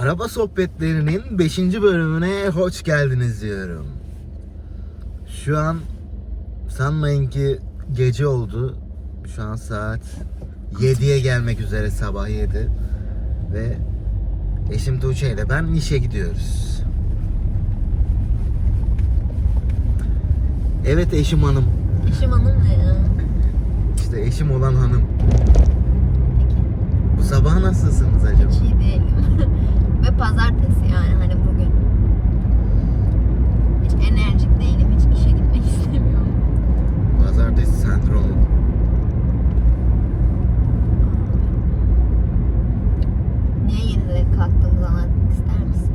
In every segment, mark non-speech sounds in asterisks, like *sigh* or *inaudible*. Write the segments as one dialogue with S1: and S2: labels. S1: Araba sohbetlerinin 5. bölümüne hoş geldiniz diyorum. Şu an sanmayın ki gece oldu. Şu an saat 7'ye gelmek üzere sabah 7. Ve eşim Tuğçe ile ben işe gidiyoruz. Evet eşim hanım.
S2: Eşim hanım ne ya?
S1: İşte eşim olan hanım. Bu sabah nasılsınız acaba?
S2: Hiç iyi değilim. *laughs* Ve pazartesi yani hani bugün. Hiç enerjik değilim. Hiç işe gitmek *laughs* istemiyorum.
S1: Pazartesi sendromu.
S2: Niye yeniden kalktığımızı anlatmak ister misin?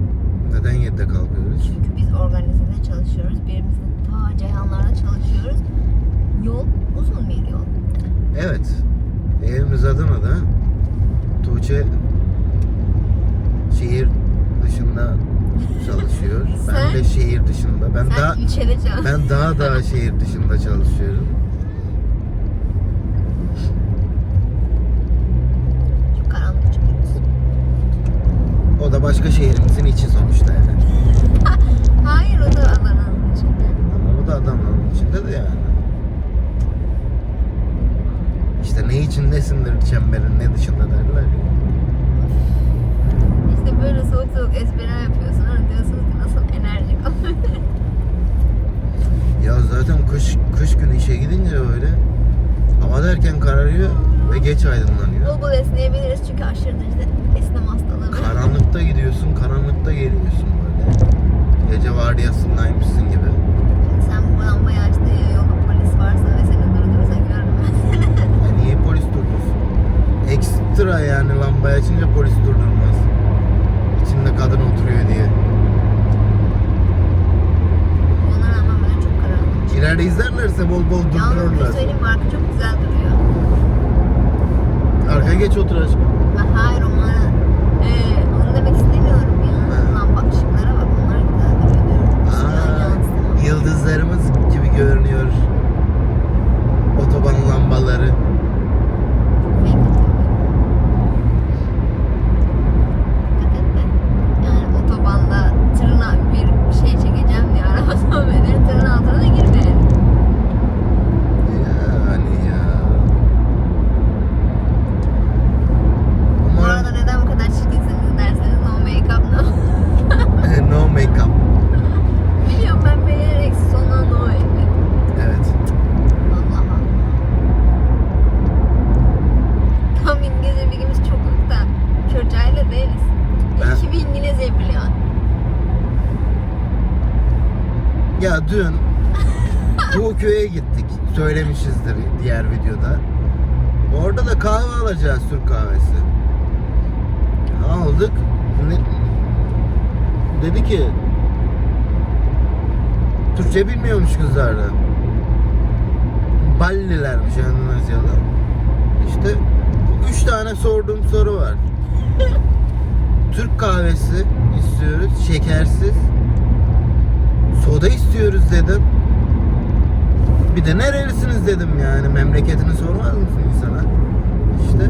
S1: Neden 7'de kalkıyoruz?
S2: Çünkü biz organizede çalışıyoruz. Birimiz de ta Ceyhanlar'da çalışıyoruz. Yol uzun bir yol.
S1: Evet. Evimiz Adana'da. Tuğçe şehir dışında çalışıyor. Ben
S2: Sen-
S1: de şehir dışında. Ben
S2: Sen *laughs*
S1: daha
S2: ilçede çalış.
S1: ben daha daha şehir dışında çalışıyorum.
S2: Çok karanlık çıkıyoruz.
S1: O da başka şehrimizin içi sonuçta yani.
S2: *laughs* Hayır o da Adana'nın içinde.
S1: Ama o da Adana'nın içinde de yani. İşte ne içindesindir çemberin ne dışında derler ya.
S2: İşte böyle soğuk soğuk espriler yapıyorsun. Sonra diyorsunuz ki nasıl enerjik alıyor.
S1: Ya zaten kış, kış günü işe gidince öyle hava derken kararıyor ve geç aydınlanıyor.
S2: bol bol esneyebiliriz çünkü aşırı derecede esneme hastalığı var.
S1: Karanlıkta gidiyorsun, karanlıkta geliyorsun böyle. Gece vardiyasındaymışsın gibi.
S2: Şimdi sen bu lambayı açtığı yolda polis varsa ve seni durdurursa görmez.
S1: Ya niye polis durdursun? Ekstra yani lambayı açınca polis durdurmaz. İçinde kadın oturuyor diye.
S2: Ona rağmen böyle çok karanlık.
S1: İleride izlerlerse bol bol
S2: Yalnız bir şey
S1: durdururlar.
S2: söyleyeyim mi? arka çok güzel duruyor.
S1: Arkaya geç otur aşkım.
S2: Ben hayır onlara ee, onu demek istemiyorum
S1: Ha.
S2: ya. Lamba ışıklara bak onlar güzel duruyor diyorum. Işıklar
S1: Aa,
S2: yansın.
S1: yıldızlarımız gibi görünüyor. Otoban lambaları.
S2: Fake atıyor. Dikkat et be. Yani otobanda tırla bir şey çekeceğim diye araba *laughs* tamam edilir. Tırın altına da girmeyelim.
S1: Yani ya.
S2: Bu
S1: Umarım
S2: arada neden bu kadar çirkinsiniz derseniz no make-up
S1: *laughs*
S2: no. *laughs*
S1: no make-up.
S2: Biliyorum ben beğenerek sona no ekledim.
S1: Evet.
S2: Allah Allah. Tam İngilizce bilgimiz çokluk da körcayla değiliz.
S1: Ben-
S2: İki bir İngilizce biliyor.
S1: Ya dün *laughs* bu köye gittik. Söylemişizdir diğer videoda. Orada da kahve alacağız Türk kahvesi. Aldık. Ne- Dedi ki Türkçe bilmiyormuş kızlar da. Ballilermiş Endonezyalı. İşte üç tane sorduğum soru var. Türk kahvesi istiyoruz, şekersiz. Soda istiyoruz dedim. Bir de nerelisiniz dedim yani. Memleketini sormaz mısın insana? İşte.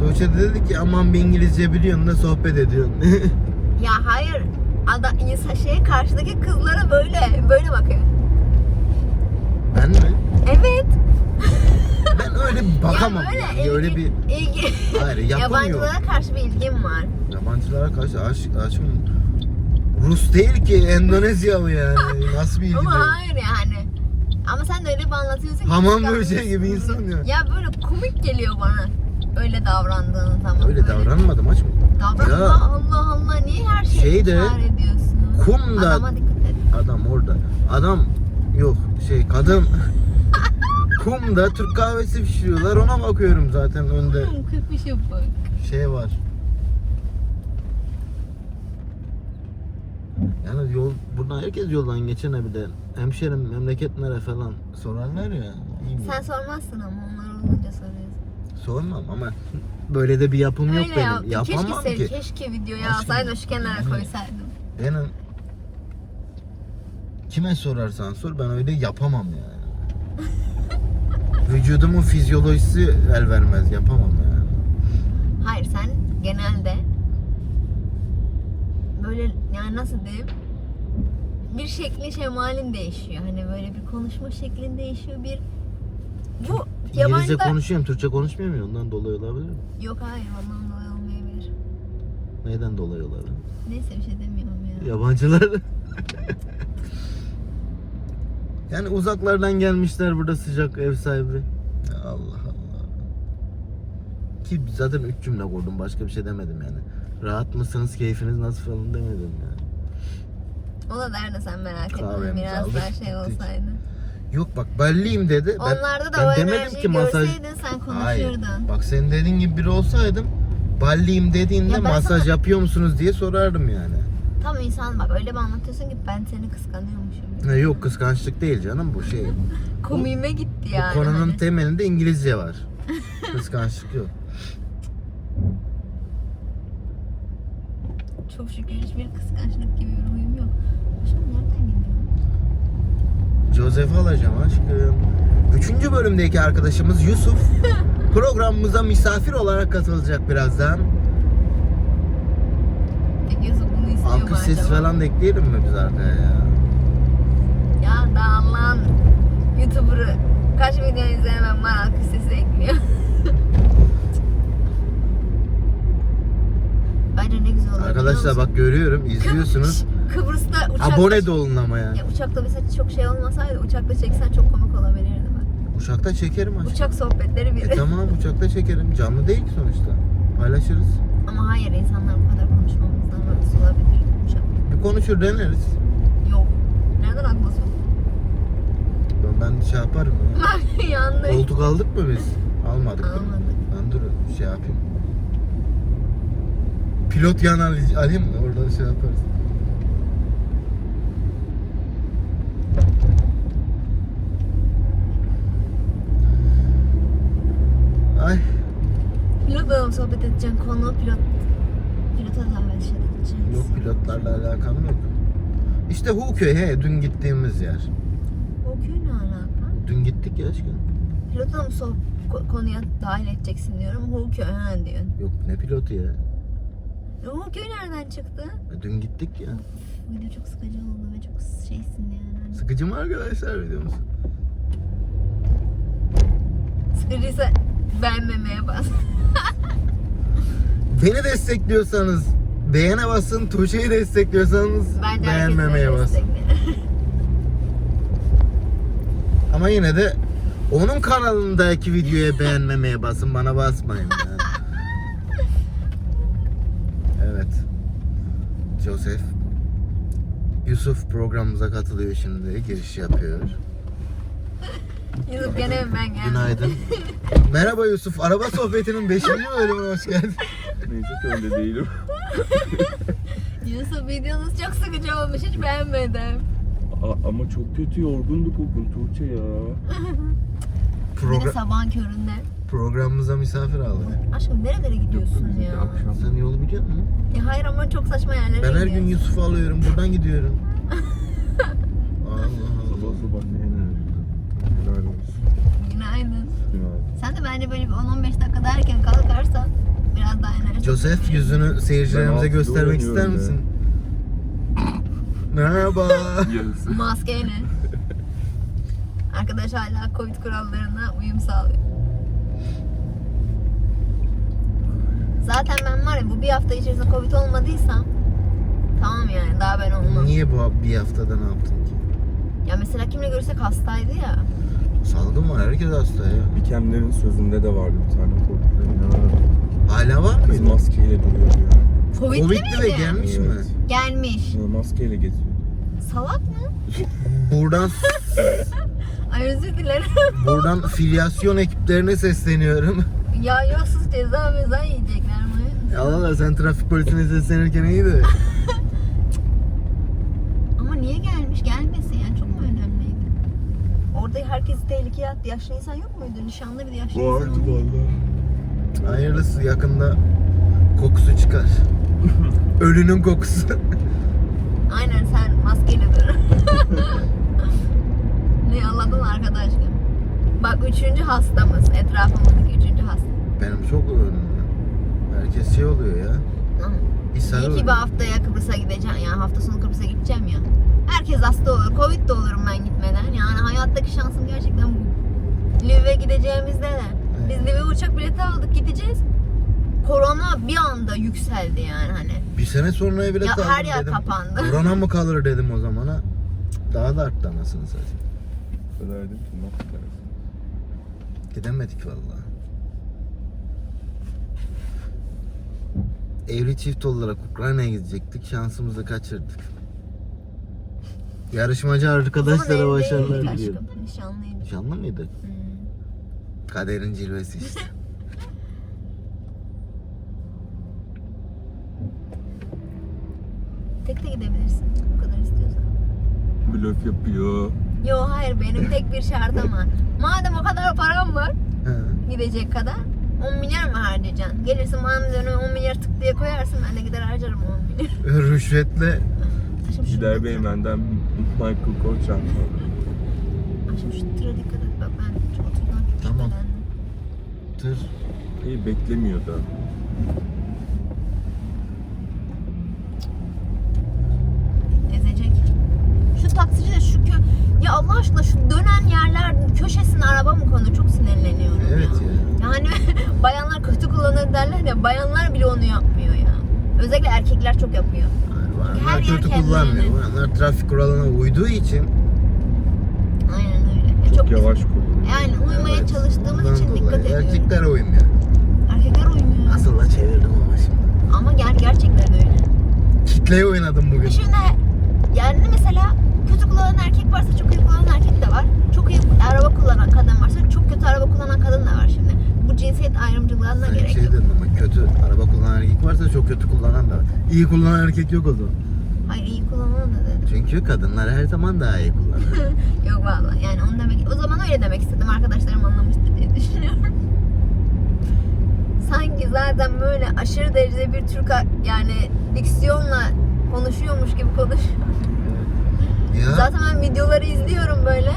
S1: Tuğçe de dedi ki aman bir İngilizce biliyorsun da sohbet ediyorsun. *laughs*
S2: Ya hayır. Ada, insan şeye karşıdaki kızlara böyle böyle bakıyor.
S1: ben mi?
S2: Evet.
S1: Ben öyle bakamam.
S2: Ya böyle
S1: yani. öyle bir
S2: ilgi- ilgi-
S1: Hayır, yapamıyorum.
S2: Yabancılara karşı bir ilgim var.
S1: yabancılara karşı aşık aşkım Rus değil ki Endonezyalı *laughs* yani. Nasıl bir ilgi
S2: Ama
S1: değil.
S2: hayır yani. Ama sen de öyle bir anlatıyorsun ki.
S1: Hamam
S2: çıkarmıyorsun.
S1: böceği gibi insan ya.
S2: Ya böyle komik geliyor bana. Öyle davrandığın zaman.
S1: Öyle davranmadım aç mı?
S2: Davranma
S1: Ya.
S2: Allah Allah niye her şeyi
S1: Şey
S2: şey
S1: de,
S2: ediyorsun?
S1: kum da-
S2: Adama dikkat et.
S1: Adam orada. Adam yok şey kadın *laughs* kumda Türk kahvesi pişiriyorlar ona bakıyorum zaten önde
S2: Kum köpüşe bak.
S1: şey var. Yani yol buradan herkes yoldan geçene bir de hemşerim memleket nere falan sorarlar ya. iyi mi?
S2: Sen sormazsın ama onlar olunca soruyorsun.
S1: Sormam ama böyle de bir yapım yok
S2: Öyle
S1: benim.
S2: ya.
S1: Yapamam
S2: keşke,
S1: ki.
S2: sev- Keşke videoya
S1: Aşkım,
S2: alsaydın şu kenara
S1: yani-
S2: koysaydın.
S1: Benim kime sorarsan sor ben öyle yapamam yani. Vücudumun fizyolojisi el vermez yapamam yani.
S2: Hayır sen genelde yani nasıl diyeyim? Bir şekli şemalin değişiyor. Hani böyle bir konuşma şeklin değişiyor. Bir bu
S1: İngilizce
S2: yabancı
S1: konuşuyorum, Türkçe konuşmuyor muyum? Ondan dolayı olabilir mi?
S2: Yok hayır ondan dolayı olmayabilir.
S1: Neyden dolayı olabilir?
S2: Neyse bir şey demiyorum ya.
S1: Yabancılar. *laughs* yani uzaklardan gelmişler burada sıcak ev sahibi. Ya Allah Allah. Ki zaten üç cümle kurdum başka bir şey demedim yani. Rahat mısınız, keyfiniz nasıl falan demedim yani.
S2: O da derdi sen merak etme
S1: Kahvemizi
S2: biraz
S1: aldık,
S2: daha şey
S1: gittik.
S2: olsaydı.
S1: Yok bak belliyim dedi. Ben,
S2: Onlarda da
S1: ben
S2: o
S1: demedim
S2: enerjiyi
S1: ki masaj...
S2: görseydin sen
S1: Hayır.
S2: konuşurdun.
S1: Bak senin dediğin gibi biri olsaydım balliyim dediğinde
S2: Ya ben
S1: masaj
S2: sana-
S1: yapıyor musunuz diye sorardım yani.
S2: Tam insan bak öyle bir anlatıyorsun ki ben seni kıskanıyormuşum.
S1: Ne yok kıskançlık değil canım bu şey.
S2: Komiğime gitti yani.
S1: Bu konunun
S2: hani.
S1: temelinde İngilizce
S2: *laughs*
S1: var. Kıskançlık yok.
S2: Çok şükür hiçbir kıskançlık gibi bir huyum yok. Şu an nereden gidiyorum?
S1: Joseph alacağım aşkım. Üçüncü bölümdeki arkadaşımız
S2: *laughs*
S1: Yusuf programımıza misafir olarak katılacak birazdan.
S2: Peki Yusuf bunu istiyor mu
S1: Alkış sesi
S2: acaba?
S1: falan da ekleyelim mi biz arkaya ya?
S2: Ya daha Allah'ın YouTuber'ı kaç milyon izlenemem var alkış sesi ekliyor. *laughs* Bence ne güzel olur.
S1: Arkadaşlar bak görüyorum izliyorsunuz.
S2: Kıbrıs'ta uçak...
S1: Abone de olun ama ya.
S2: Ya uçakta mesela çok şey olmasaydı uçakta çeksen çok komik olabilirdi bak.
S1: Uçakta çekerim aşkım.
S2: Uçak sohbetleri
S1: E
S2: biri.
S1: tamam uçakta çekerim. Canlı değil ki sonuçta. Paylaşırız.
S2: Ama hayır insanlar bu kadar konuşmamızdan rahatsız olabilirdi uçakta.
S1: Bir konuşur deneriz.
S2: Yok. Nereden akla soktu?
S1: Ben, ben şey yaparım ya.
S2: Yanlış.
S1: Koltuk aldık mı biz? Almadık. değil mi?
S2: Almadık.
S1: Ben dur şey yapayım. Pilot yan al- alayım mı? Oradan şey yaparız. Ay
S2: Pilotla mı sohbet edeceksin? Konu pilot. Pilota davet şey edeceğiz.
S1: yok pilotlarla alakam yok. İşte Huköy he dün gittiğimiz yer.
S2: O köy ne alaka?
S1: Dün gittik ya aşkım.
S2: Pilotla mı soh- ko- konuya dahil edeceksin diyorum. O köy ha diyorsun.
S1: Yok ne pilotu ya.
S2: E, O köy nereden çıktı?
S1: E, Dün gittik ya.
S2: Video çok sıkıcı oldu ve çok şeysin yani.
S1: Sıkıcı mı arkadaşlar biliyor musun?
S2: Sıkıcıysa beğenmemeye bas.
S1: Beni destekliyorsanız beğene basın, Tuğçe'yi destekliyorsanız
S2: Bence herkes
S1: beğenmemeye
S2: beni
S1: basın.
S2: destekler.
S1: Ama yine de onun kanalındaki videoya beğenmemeye basın, bana basmayın. yani. evet. Joseph. Yusuf programımıza katılıyor şimdi, giriş yapıyor.
S2: *laughs* Yusuf gene ben geldim.
S1: Günaydın. Merhaba Yusuf, araba sohbetinin 5. bölümüne hoş geldin.
S3: Neyse ki öyle değilim. *laughs*
S2: Yusuf videonuz çok sıkıcı olmuş hiç beğenmedim.
S3: A- ama çok kötü yorgunduk o gün Tuğçe ya.
S2: Bir de
S1: Progra-
S2: sabahın köründe.
S1: programımıza misafir aldık.
S2: Aşkım nerelere gidiyorsunuz ya?
S1: Sen yolu biliyor musun?
S2: Ya E, hayır ama çok saçma yerlere
S1: Ben her
S2: gidiyorsun.
S1: gün Yusuf'u alıyorum. Buradan gidiyorum. Allah Allah.
S3: Sabah sabah ne enerji. Helal olsun.
S2: Günaydın.
S3: Günaydın.
S2: Sen de bence böyle bir 10-15 dakika derken kalkarsan biraz daha enerji.
S1: Joseph yüzünü
S3: Ben
S1: seyircilerimize
S3: altıda
S1: göstermek ister
S3: uyanıyorum ya. *laughs*
S1: misin? Merhaba.
S3: Yes.
S2: Maske
S1: *laughs*
S2: ne? Arkadaş hala Covid kurallarına uyum sağlıyor. Zaten ben var ya bu bir hafta içerisinde Covid olmadıysam tamam yani daha ben olmam.
S1: Niye bu bir haftada ne yaptın ki?
S2: Ya mesela kimle görüşsek hastaydı ya.
S1: Salgın var herkes hasta ya.
S3: Bikemlerin sözünde de vardı bir tane korkularım.
S1: Hala var
S3: Kız
S1: mıydı?
S3: maskeyle duruyordu yani.
S2: Covid'li
S1: Covid'li ve
S2: miydi?
S1: gelmiş mi?
S3: Evet.
S2: Gelmiş.
S3: Ya Maskeyle geziyordu.
S2: Salak mı?
S1: Buradan
S2: Ay özür dilerim.
S1: buradan filyasyon ekiplerine sesleniyorum. *laughs*
S2: ya yolsuz ceza meza yiyecekler mi?
S1: Allah Allah sen trafik polisine seslenirken iyiydi.
S2: Ama niye gelmiş? Gelmesin yani çok mu önemliydi? Orada herkes tehlikeye attı. Yaşlı insan yok muydu? Nişanlı bir yaşlı insan oldu.
S3: valla.
S1: Hayırlısı yakında kokusu çıkar. Ölünün kokusu. *laughs*
S2: Aynen sen maskeyle dur. ne Allah'tan arkadaş gibi. Bak üçüncü hastamız. Etrafımızdaki üçüncü hasta.
S1: Benim çok önümde. Herkes şey oluyor ya.
S2: Lan,
S1: İshal
S2: İyi ki bir haftaya Kıbrıs'a gideceğim. Yani hafta sonu Kıbrıs'a gideceğim ya. Herkes hasta olur. Covid de olurum ben gitmeden. Yani hayattaki şansım gerçekten bu. Lüve gideceğimizde de. Biz Lüve uçak bileti aldık gideceğiz. Korona bir anda yükseldi yani hani.
S1: Bir sene sonraya bile
S2: Ya
S1: kaldım
S2: her yer
S1: dedim.
S2: kapandı. *laughs*
S1: Korona mı kalır dedim o zaman ha. Daha da arttı anasını satayım.
S4: Feda edip tırnak takarız.
S1: Gidemedik vallahi. Evli çift olarak Ukrayna'ya gidecektik. Şansımızı kaçırdık. Yarışmacı arkadaşlara
S2: Ama evli
S1: başarılar
S2: değildik
S1: diliyorum.
S2: aşkım. Nişanlıydık.
S1: Nişanlı mıydı?
S2: Hmm.
S1: Kaderin cilvesi işte.
S2: Tek de gidebilirsin. Bu kadar istiyorsan.
S4: Blöf yapıyor.
S2: Yo hayır benim tek bir şartım var. Madem o kadar param var
S1: Ha.
S2: gidecek kadar 10 milyar mı harcayacaksın? Gelirsin bana üzerine 10 milyar tık diye koyarsın ben de gider harcarım 10 milyar.
S1: Rüşvetle
S2: Aşkım şu-
S4: Gider Beymen'den Michael Koçan alır.
S2: Aşkım şu tıra dikkat et bak ben çok oturdan çok
S1: Tamam.
S2: şüphelendim.
S1: tır
S4: İyi beklemiyor da.
S2: ezecek. Şu taksici de şu kö... Ya Allah aşkına şu dönen yerler köşesine araba mı konur? Çok sinirleniyorum
S1: Evet
S2: ya.
S1: ya.
S2: Yani *laughs* bayanlar kötü kullanır derler ya bayanlar bile onu yapmıyor ya. Özellikle erkekler çok yapıyor.
S1: Bayanlar
S2: yer
S1: kötü
S2: kendine.
S1: kullanmıyor. Bayanlar trafik kuralına uyduğu için
S2: Aynen öyle. E,
S4: Çok,
S2: Çok, biz-
S4: yavaş kullanıyor.
S2: Yani uyumaya
S1: Evet,
S2: çalıştığımız
S1: bundan
S2: için dikkat
S1: dolayı
S2: ediyorum.
S1: Erkekler uymuyor.
S2: Erkekler uyumuyor.
S1: Nasıl da çevirdim ama şimdi.
S2: Ama ger gerçekten öyle.
S1: Kitleye oynadım
S2: E
S1: bugün.
S2: Şimdi yani mesela kötü kullanan erkek varsa çok iyi kullanan erkek de var. Çok iyi araba kullanan kadın varsa çok kötü araba kullanan kadın da var şimdi. Bu cinsiyet ayrımcılığına
S1: Sen
S2: gerek
S1: şey
S2: yok.
S1: dedin ama kötü araba kullanan erkek varsa çok kötü kullanan da var. İyi kullanan erkek yok o zaman.
S2: Hayır iyi kullanan da dedim.
S1: Çünkü kadınlar her zaman daha iyi
S2: *laughs*
S1: kullanır.
S2: Yok valla yani onu demek o zaman öyle demek istedim arkadaşlarım anlamıştı diye düşünüyorum. Sanki zaten böyle aşırı derecede bir Türk a- yani diksiyonla konuşuyormuş gibi konuşuyor.
S1: ya
S2: Zaten ben videoları izliyorum böyle.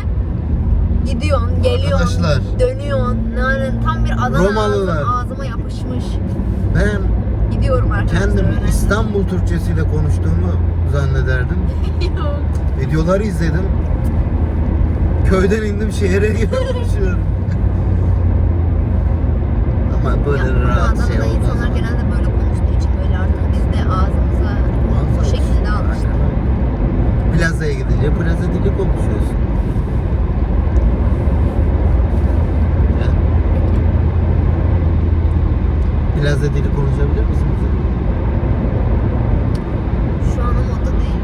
S2: Gidiyorsun, geliyorsun,
S1: Arkadaşlar.
S2: dönüyorsun. Yani tam bir Adana
S1: Romalılar.
S2: ağzı- ağzıma yapışmış.
S1: ben
S2: Gidiyorum arkadaşlar.
S1: kendim
S2: öyle.
S1: İstanbul Türkçesiyle konuştuğumu zannederdim.
S2: *laughs* Yok.
S1: Videoları izledim. Köyden indim şehre *laughs* gibi konuşuyorum. ama böyle
S2: Ya, bu
S1: rahat şey
S2: Adana'da
S1: olmaz.
S2: insanlar genelde böyle konuştuğu için böyle artık biz de ağzımıza o şekilde almıştık.
S1: Aynen. Plazaya gidince plaza dili konuşuyorsun. Ya, Plaza dili konuşabilir misin bize?
S2: Şu an o modda değil.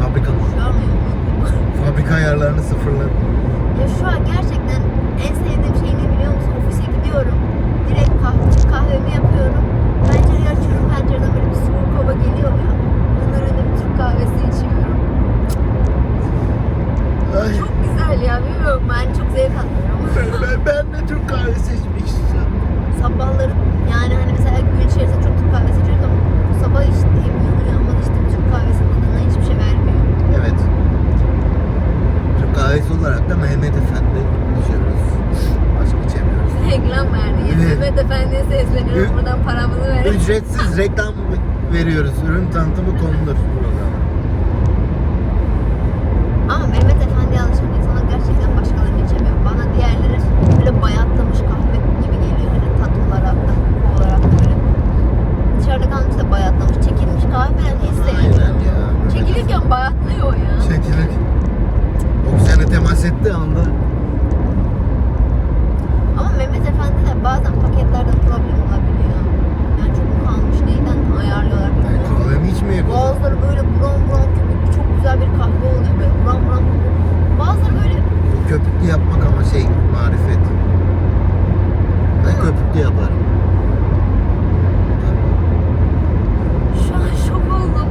S1: Fabrika mı?
S2: Şu an uykum var.
S1: Fabrika ayarlarını sıfırladım.
S2: Ya şu an gerçekten en sevdiğim şey ne biliyor musun? Ofise gidiyorum. Direkt kahve, kahvemi yapıyorum. Pencereyi açıyorum. Pencereden böyle bir soğuk hava geliyor ya. Onun önünde bir Türk kahvesi içiyorum.
S1: Ay,
S2: Çok güzel ya. Bilmiyorum ben çok zevk alıyorum.
S1: ben, ben, ben de Türk kahvesi içmek istiyorum.
S2: Sabahları yani hani mesela gün içerisinde çok Türk kahvesi içiyoruz ama bu sabah içtiğim, uyanır uyanmadan içtiğim Türk kahvesinin tadına hiçbir şey vermiyor. *laughs*
S1: Evet. Türk kahvesi olarak da Mehmet Efendi içiyoruz. Başka içemiyoruz.
S2: Reklam verdi.
S1: Evet.
S2: Mehmet Efendi'ye sesleniyorum.
S1: Evet.
S2: Buradan paramızı verin.
S1: Ücretsiz reklam veriyoruz. Ürün tanıtımı konudur programı.
S2: Ama Mehmet Efendi alışan insanlar gerçekten başkalarını içemiyor. Bana diğerleri böyle bayatlamış kahve gibi geliyor. Hani tat olarak da, koku olarak da böyle. Dışarıda kalmış da bayatlamış. Çekilmiş kahve falan isteyen.
S1: Aynen ya.
S2: Çekilirken bayatlıyor ya.
S1: Çekilir. Oksijene temas ettiği anda
S2: Ama Mehmet Efendi de bazen paketlerden problem olabiliyor. Yani çok mu kalmış neyden ayarlıyorlar
S1: yani
S2: bilmiyorum.
S1: kahvemi içmeye koydum.
S2: Bazıları böyle buram buram köpüklü çok güzel bir kahve oluyor böyle buram buram köpüklü. Bazıları böyle
S1: Köpüklü yapmak ama şey marifet. Ben köpüklü yaparım.
S2: şu an şok oldum.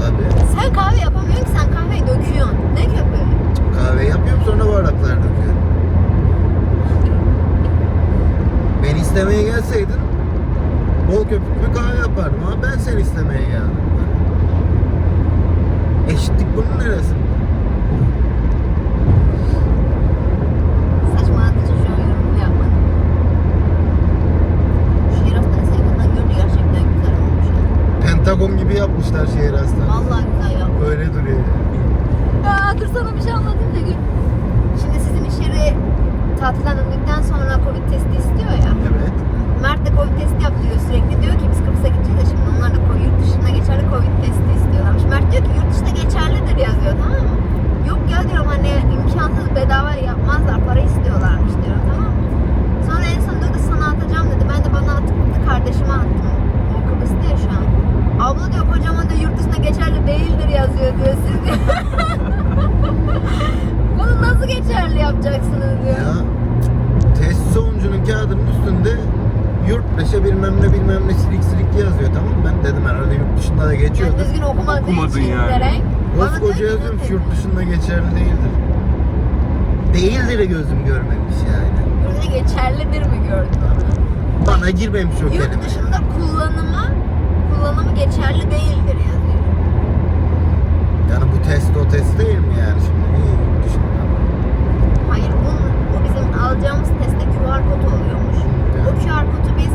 S1: Tabii.
S2: Sen kahve yapamıyorsun ki sen kahveyi döküyorsun. Ne köpüğü?
S1: Kahve yapıyorum sonra bardaklar döküyorum. Beni istemeye gelseydin bol köpüklü kahve yapardım ama ben seni istemeye geldim. Eşitlik bunun neresi?
S2: Saçmaladığı için şu an yorum bile yapmadım. Şu Eros'tan sevgimden gördüğü
S1: Pentagon gibi yapmışlar şehir hastanesi.
S2: Vallahi güzel ya.
S1: Öyle duruyor.
S2: Aa, dur sana bir şey anlatayım da gül. Şimdi sizin iş yeri tatilden döndükten sonra Covid testi istiyor ya.
S1: Evet.
S2: Mert de Covid testi yaptırıyor sürekli. Diyor ki biz Kıbrıs'a gideceğiz de şimdi onlar da ko- yurt dışında geçerli Covid testi istiyorlarmış. Mert diyor ki yurt dışında geçerlidir yazıyor tamam mı? Yok ya diyorum hani imkansız bedava yapmazlar para istiyorlarmış diyorum tamam mı? Sonra en son diyor ki sana atacağım dedi. Ben de bana attı kardeşime attım. O Kıbrıs'ta ya şu an. Abla diyor kocaman da yurt dışında geçerli değildir yazıyor diyor siz diyor. *laughs* Bunu nasıl geçerli yapacaksınız diyor.
S1: Ya test sonucunun kağıdının üstünde yurt dışı bilmem ne bilmem ne silik silik yazıyor tamam mı? Ben dedim herhalde yurt dışında da geçiyor.
S2: Yani Hani düzgün okumadığı
S4: Okumadın
S2: için
S4: yani.
S2: direkt. Bana diyor ki,
S1: Koskoca yazıyormuş
S2: "Zaten
S1: yurt dışında geçerli değildir. Değildir gözüm görmemiş yani.
S2: Burada geçerlidir mi gördün onu?
S1: Bana girmemiş o kelime.
S2: Yurt dışında kullanımı, kullanımı geçerli değildir yazıyor.
S1: Yani bu test o test değil mi yani şimdi? Niye yurt dışında?
S2: Hayır bunun, bu bizim alacağımız testte QR kod oluyormuş. O QR kodu biz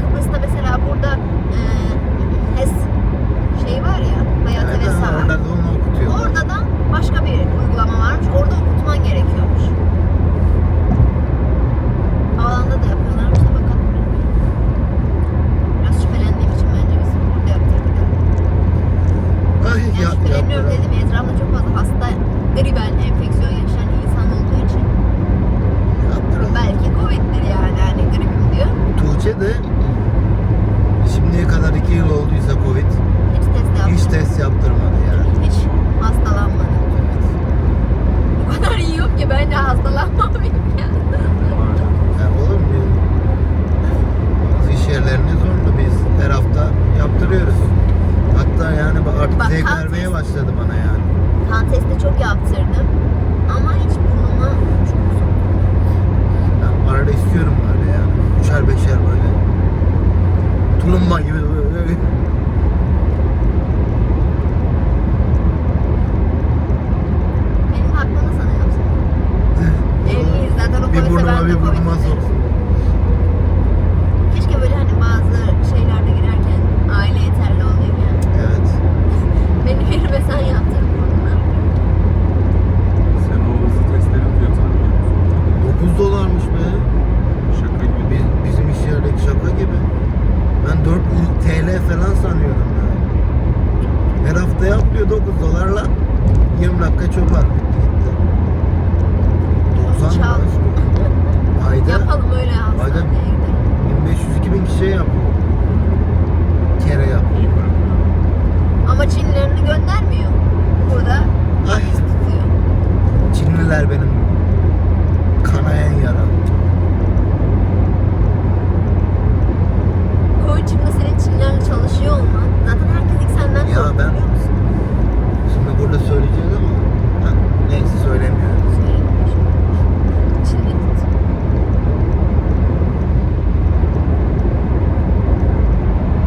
S2: Kıbrıs'ta mesela burada e, HES şey var ya, Hayat
S1: Evet,
S2: Hevesa
S1: ama
S2: var.
S1: onlar da onu okutuyor.
S2: Orada da başka bir uygulama varmış, orada okutman gerekiyormuş. Havaalanında da yapıyorlarmış da bakalım. bilmiyorum. Biraz şüphelendiğim için bence biz burada yaptırdık.
S1: Ay,
S2: Yani
S1: ya-
S2: şüpheleniyorum
S1: yaptılar.
S2: dedim ya, etrafta çok fazla hasta gribel enfeksiyon yaşayan insan olduğu için
S1: Yaptılar.
S2: belki Covid'dir yani hani gribim diyor.
S1: Tuğçe de şimdiye kadar 2 yıl olduysa Covid
S2: Hiç test yapmadı.
S1: hiç test yaptırmadı yani.
S2: Hiç hastalanmadı. *laughs* O kadar iyi yok ki bence hastalanmamayayım yani.
S1: Ya oğlum biz bazı iş yerlerine zorlu biz her hafta yaptırıyoruz. Hatta yani bu artık
S2: Bak,
S1: zevk
S2: kan
S1: vermeye
S2: testi.
S1: başladı bana yani.
S2: Kan testi çok yaptırdım ama hiç burnuma çok
S1: Ben arada istiyorum böyle yani. Üçer beşer böyle. Tulumba gibi böyle.
S2: Benim hakkımda sanıyorum
S1: *laughs*
S2: sen. Evliyiz zaten o
S1: bir
S2: polise ben
S1: burnuma
S2: de
S1: bir burnuma
S2: Covid'im
S1: sok.
S2: derim. Keşke böyle hani bazı şeylerde girerken aile yeterli olayım yani.
S1: Evet.
S2: Beni *laughs* yerime sen yaptırdın burnuna.
S4: Sen o hızlı testlerin fiyatını biliyor musun?
S1: 9 dolarmış be.
S4: Şaka gibi.
S1: Biz- bizim iş yerdeki şaka gibi. Ben 4 TL falan sanıyordum ya. Her hafta yapıyor 9 dolarla 20 dakika çöp at bitti gitti. 90
S2: Çal.
S1: dolar. Ayda
S2: Yapalım öyle hastaneye gidelim.
S1: 1500-2000 kişiye şey yapıyor. Kere yap.
S4: İyi para kazanıyor.
S2: Ama Çinlilerini göndermiyor. Burada
S1: Ay
S2: biz tutuyor.
S1: Ah, Çinliler benim kanayan yaram.
S2: Koyucumda senin Çinlerle çalışıyor olman. Zaten herkes ilk senden
S1: Ya
S2: sordu
S1: ben-
S2: biliyor musun?
S1: Şimdi burada söyleyeceğiz ama ha, neyse söylemiyorum.
S2: Şey, Çinli tut.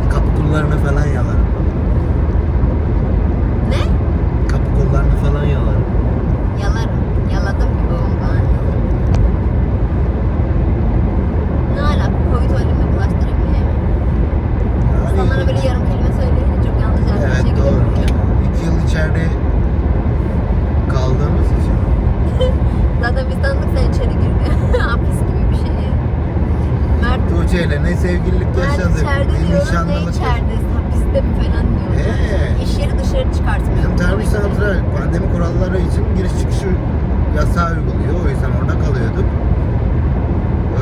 S1: Kapı kollarını falan yalarım.
S2: Ne?
S1: Kapı kollarını falan yalarım.
S2: Yalarım. Yaladım gibi oldu anne. Ne alaka? Covid ölümü bulaştırabiliyor mu?
S1: Yani-
S2: İnsanlara böyle yarım şey kelime söyleyince çok yanlış anlaşılıyor.
S1: Evet doğru. İki yıl içeride kaldığımız için.
S2: Zaten biz tanıdık sen içeri girdi. *laughs* Hapis gibi bir şey. Mert
S1: Tuğçe ile ne sevgililik
S2: Ben
S1: yaşadık.
S2: içeride
S1: ne
S2: diyorum ne
S1: nişanlılık yaşadık.
S2: içeride hapiste mi falan diyorum.
S1: Ee.
S2: İş yeri dışarı
S1: Bizim
S2: çıkartmıyor.
S1: termik santral pandemi kuralları için giriş çıkışı yasağı uyguluyor. O yüzden orada kalıyorduk.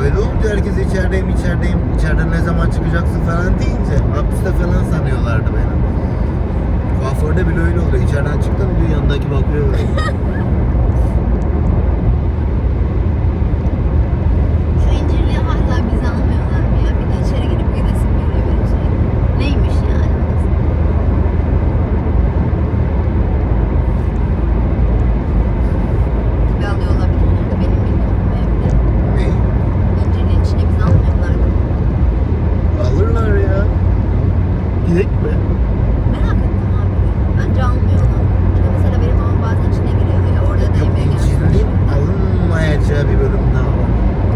S1: Öyle olunca herkes içerideyim içerideyim içeride ne zaman çıkacaksın falan deyince hapiste falan sanıyorlardı beni. Kuaförde bile öyle oluyor. İçeriden çıktın diyor yanındaki
S2: *laughs*
S1: bakıyor böyle.
S2: Şu incirliği hala bize almıyorlar mı ya? Bir de içeri girip gidesim geliyor benim sürekli. Neymiş yani? Gibi alıyor olabilirler de benim bildiğim evde.
S1: ne?
S2: İncirliğin içine bizi almıyorlardı.
S1: Alırlar ya. Gidek mi?
S2: Merak ettim abi. Bence almıyorlar. Çünkü mesela benim babam bazen içine giriyor ya. Orada da
S1: Yok
S2: yemeğe
S1: incirliğin
S2: gelmiş.
S1: alınmayacağı bir bölüm daha var.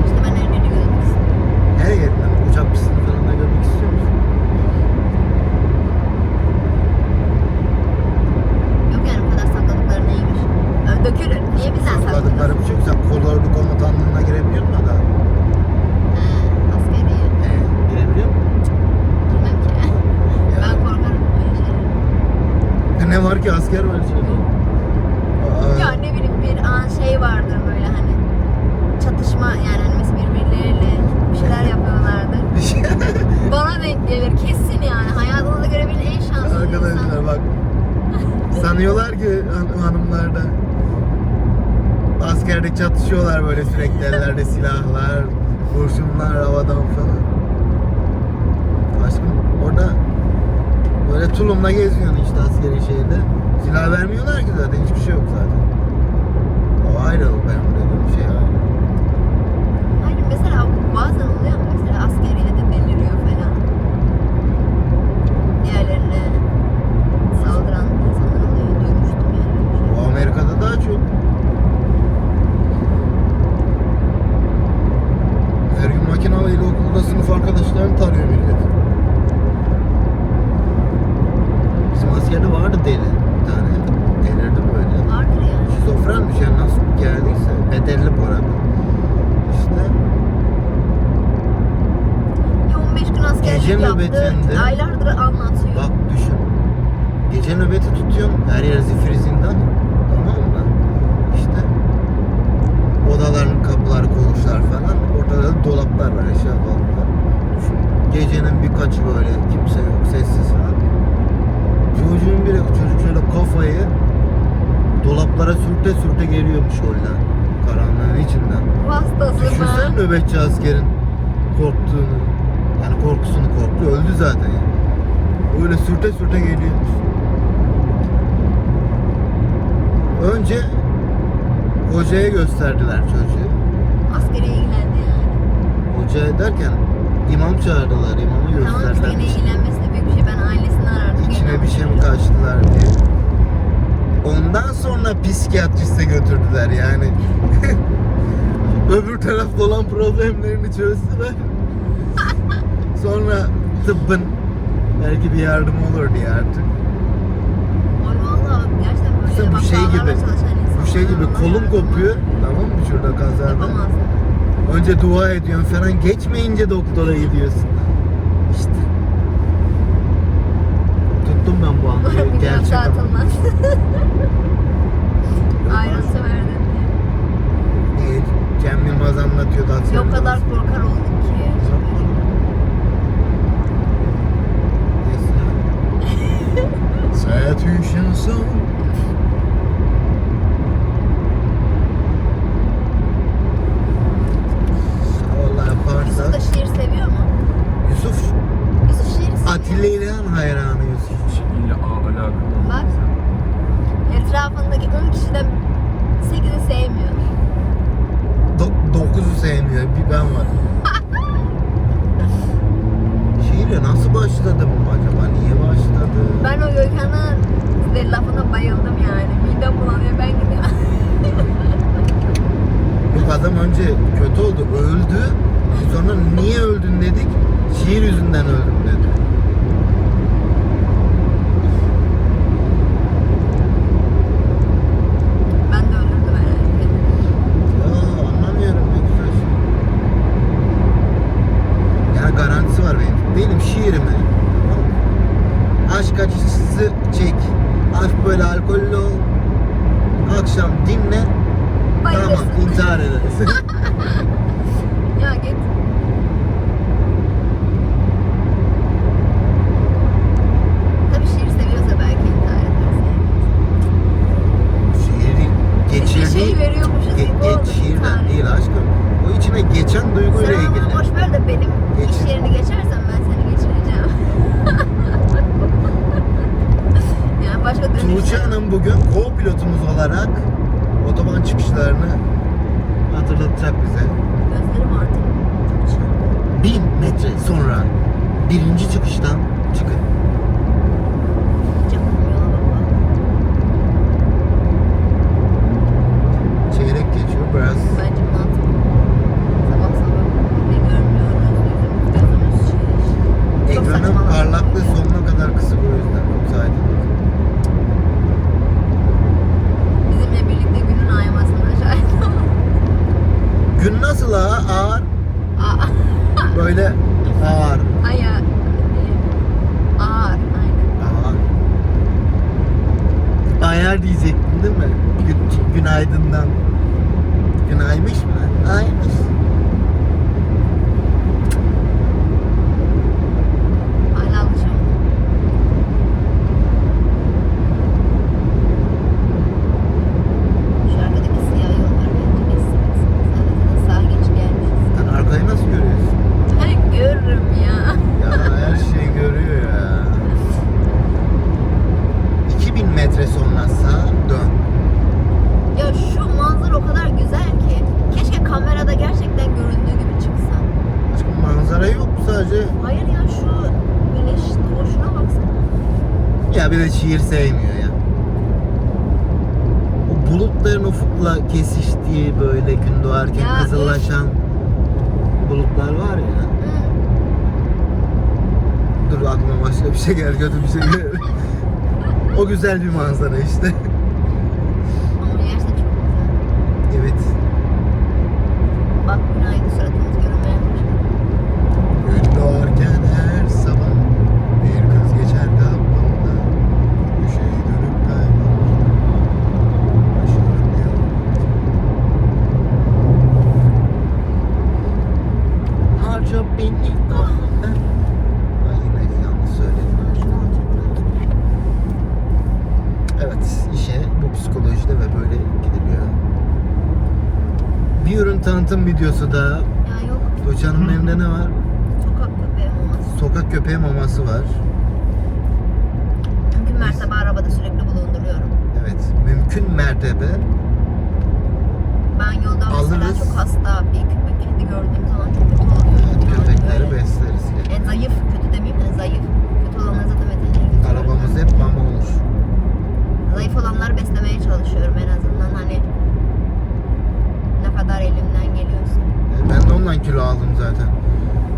S2: İşte ben evliliği görmek istiyorum.
S1: Her yerinden uçak pistini falan da görmek istiyor musun? şey
S2: şey hani
S1: *laughs* şey bu hanımlar da askerde çatışıyorlar böyle sürekli ellerde silahlar, kurşunlar havadan falan. Aşkım orada böyle tulumla geziyorsun işte askeri şehirde. Silah vermiyorlar ki zaten hiçbir şey yok zaten. O ayrı benim dediğim şey ayrı.
S2: Hayır mesela bazen oluyor ama mesela askeriye de beliriyor falan. Diğerlerine saldıran insanlar oluyor duymuştum yani. öyle şey.
S1: O Amerika'da daha çok. Her gün makinalı ile okulda sınıf arkadaşlarını tarıyor millet. Bizim askerde vardı deli bir tane. Delirdi böyle.
S2: Vardır yani.
S1: Şizofrenmiş yani nasıl geldiyse. Bedelli bu arada. İşte
S2: Ya 15 gün
S1: Gece
S2: askerlik yaptı.
S1: nöbetinde-
S2: Aylardır anlatıyor.
S1: Bak düşün. Gece nöbeti tutuyorsun. Her yer zifiri zindan. Tamam mı? İşte odaların kapıları koğuşlar falan. Ortada da dolaplar var eşya dolaplar. Düşün. Gecenin birkaçı böyle kimse yok sessiz falan. Çocuğun biri çocuk şöyle kafayı dolaplara sürte sürte geliyormuş oradan. Karanlığın içinden.
S2: Vastasına.
S1: Düşünsene nöbetçi askerin korktuğunu. Yani korkusunu korktu. Öldü zaten yani. Böyle sürte sürte geliyormuş. Önce hocaya gösterdiler çocuğu.
S2: Askeri ilgilendi yani.
S1: Hoca derken imam çağırdılar. İmamı
S2: Tamam işte
S1: gösterdiler.
S2: yine ilgilenmesi de büyük bir şey. Ben ailesini arardım.
S1: İçine bir şey mi kaçtılar diye. Ondan sonra psikiyatriste götürdüler yani. *laughs* Öbür tarafta olan problemlerini çözdüler. sonra tıbbın belki bir yardım olur diye artık.
S2: Oy valla gerçekten böyle
S1: İşte bu
S2: bak
S1: şey
S2: bağlarla
S1: gibi,
S2: çalışan
S1: Bu şey gibi
S2: insanlar
S1: kolum
S2: var.
S1: kopuyor. Tamam mı şurada kazada?
S2: Yapamaz.
S1: *laughs* Önce dua ediyorsun falan geçmeyince doktora gidiyorsun. İşte. Tuttum ben bu
S2: *laughs*
S1: anları.
S2: Umarım bir gün
S1: Gerçek. *laughs*
S2: dağıtılmaz. Ayrıntı
S1: Değil. Cem Yılmaz anlatıyordu
S2: Ya
S1: hatırlıyorum.
S2: O kadar korkar olduk ki. *laughs*
S1: Hayat hüsnü Vallahi
S2: Yusuf da
S1: yaparsak
S2: şiir seviyor mu?
S1: Yusuf
S2: Yusuf şiir seviyor.
S1: Atilla İlhan hayranı Yusuf.
S4: Şiirle a- alakalı.
S2: Bak. Etrafındaki 10 kişiden 8'i sevmiyor.
S1: Do- dokuzu sevmiyor bir ben
S2: *laughs*
S1: var. Şiire nasıl başladım acaba? Niye başladım?
S2: Ben o Gökhan'ın de lafına bayıldım yani. Midem bulanıyor ben gidiyorum. *laughs*
S1: Yok adam önce kötü oldu, öldü. Sonra niye öldün dedik. Şiir yüzünden öldüm dedi.
S2: ben de öldürdüm herhalde.
S1: Ya anlamıyorum ne güzel şey. Yani garantisi var benim. Benim şiirimi tamam mı? aşk acısı çek. Hafif böyle alkollü ol. Akşam dinle. Tamam
S2: Bayılırsın.
S1: intihar ederiz.
S2: *laughs* Ya git. Tabii şiir seviyorsa belki intihar edersin.
S1: Şiiri
S2: Biz de
S1: geçirdiği
S2: şey veriyormuşuz
S1: Ge-
S2: gibi
S1: geç
S2: oldu
S1: şiirden
S2: intihar.
S1: değil aşkım. O içine geçen
S2: Sen
S1: duyguyla
S2: ama
S1: ilgili.
S2: boş ver de benim
S1: Geçin.
S2: iş yerini geçersen ben seni geçireceğim. *laughs* yani başka dönüş
S1: Tuğçe Hanım bugün co-pilotumuz olarak otoban çıkışlarını hatırlatacak bize.
S2: Gözlerim artık.
S1: 1000 metre sonra birinci çıkıştan çıkın.
S2: Canım yola bak.
S1: Çeyrek geçiyor biraz.
S2: Bence mantıklı. Sabah sabah ne görmüyoruz, yüzümüz gözümüz şiş. Çok
S1: Ekranın
S2: saçmalar.
S1: parlaklığı sonuna kadar kısık o yüzden. Yoksa aydınlık.
S2: Bizimle birlikte günün aymasına şahit ol.
S1: Gün nasıl ağa? Ağır.
S2: Aa,
S1: Böyle ağır.
S2: ay ya. e, Ağır, aynen.
S1: Ağır. Ayar diyecektin değil mi? Gün, günaydından. Günaymış mı? Aymış.
S2: Hala alışamadım.
S1: şey
S2: Sen şu güneş doğuşuna baksana.
S1: Ya bir de şiir sevmiyor ya. O bulutların ufukla kesiştiği böyle gün doğarken
S2: Ya,
S1: kızıllaşan bulutlar var ya.
S2: Hı.
S1: Dur aklıma başka bir şey geldi kötü bir şey geldi. o güzel bir manzara işte.
S2: Ama yerse çok güzel.
S1: evet.
S2: Bak günaydın suratımız görünmeye başladı.
S1: Gün doğarken her sabah bir kız geçer kapımda. Köşeyi dönüp kaybolur. Başı dönüyor. Harca beni ah ben. Ay yine yanlış söyledim. Harca, harca, harca. Evet işe bu psikolojide ve böyle gidiliyor. Bir ürün tanıtım videosu da
S2: Ya yok
S1: Doçanın evinde ne var?
S2: sokak köpeği olmaz.
S1: Sokak köpeği maması var.
S2: Mümkün mertebe arabada sürekli bulunduruyorum.
S1: Evet. Mümkün mertebe
S2: Ben yolda mesela
S1: Alırız.
S2: çok hasta bir köpek kedi gördüğüm zaman çok kötü oluyorum.
S1: evet,
S2: Yani
S1: köpekleri
S2: böyle-
S1: besleriz. Yani.
S2: Yani zayıf, kötü demeyeyim de zayıf. Kötü olanları zaten veterinere götürüyorum.
S1: Arabamız hep mama olur.
S2: Zayıf olanları beslemeye çalışıyorum en azından hani ne kadar elimden geliyorsa.
S1: E, Ben de ondan kilo aldım zaten.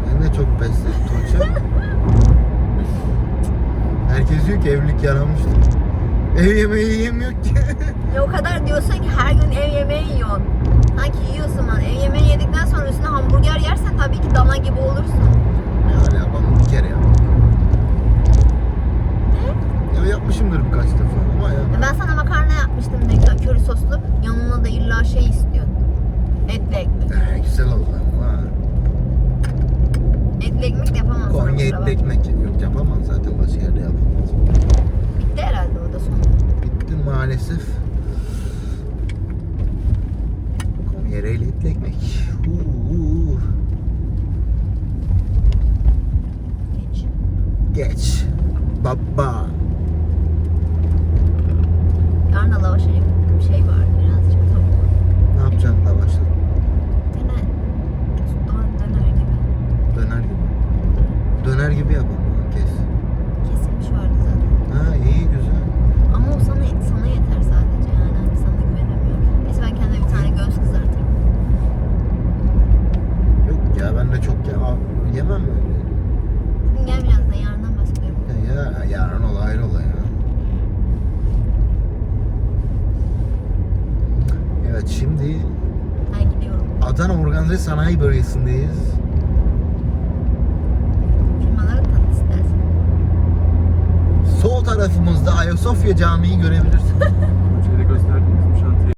S1: Ben de çok besledim Tuğçe. Herkes diyor ki evlilik yaramıştı. Ev yemeği yemiyor ki.
S2: Ya o kadar diyorsun ki her gün ev yemeği yiyorsun. Sanki yiyorsun lan. Ev yemeği yedikten sonra üstüne hamburger yersen tabii ki dana gibi olursun.
S1: ne öyle yapalım bir kere ya. Ya yapmışımdır birkaç defa ama ya.
S2: Ya Ben sana makarna yapmıştım ne güzel köri soslu. Yanına da illa şey istiyorsun. Etli ekmek.
S1: Ee, güzel oldu ama. ha.
S2: Etli ekmek de yapamam. sana,
S1: Konya
S2: kusura
S1: etli
S2: bakma.
S1: ekmek yok yapamam zaten başka yerde yapamaz.
S2: Bitti herhalde o da son.
S1: Bitti maalesef. Konya etli ekmek. Huu.
S2: Geç.
S1: Geç. Baba.
S2: Yarın da lavaş bir şey var birazcık tavuk.
S1: Ne yapacaksın da başladı?
S2: Döner. Doğan döner gibi.
S1: Döner gibi. Döner gibi yapalım. Kes.
S2: Kesilmiş vardı zaten.
S1: Ha iyi güzel.
S2: Ama o sana, sana yeter sadece yani. Hani sana güvenemiyorum. Neyse ben kendime bir tane göğüs kızartayım.
S1: Yok ya ben de çok ya. Abi, Yemem öyle.
S2: Bugün gel biraz da yarından bahsediyorum.
S1: Ya, ya yarın ola ayrı ola ya. Evet şimdi
S2: Ben gidiyorum.
S1: Adana Organize Sanayi Bölgesi'ndeyiz.
S2: Firmaları tat istersen.
S1: Sol tarafımızda Ayasofya Camii'yi görebilirsiniz.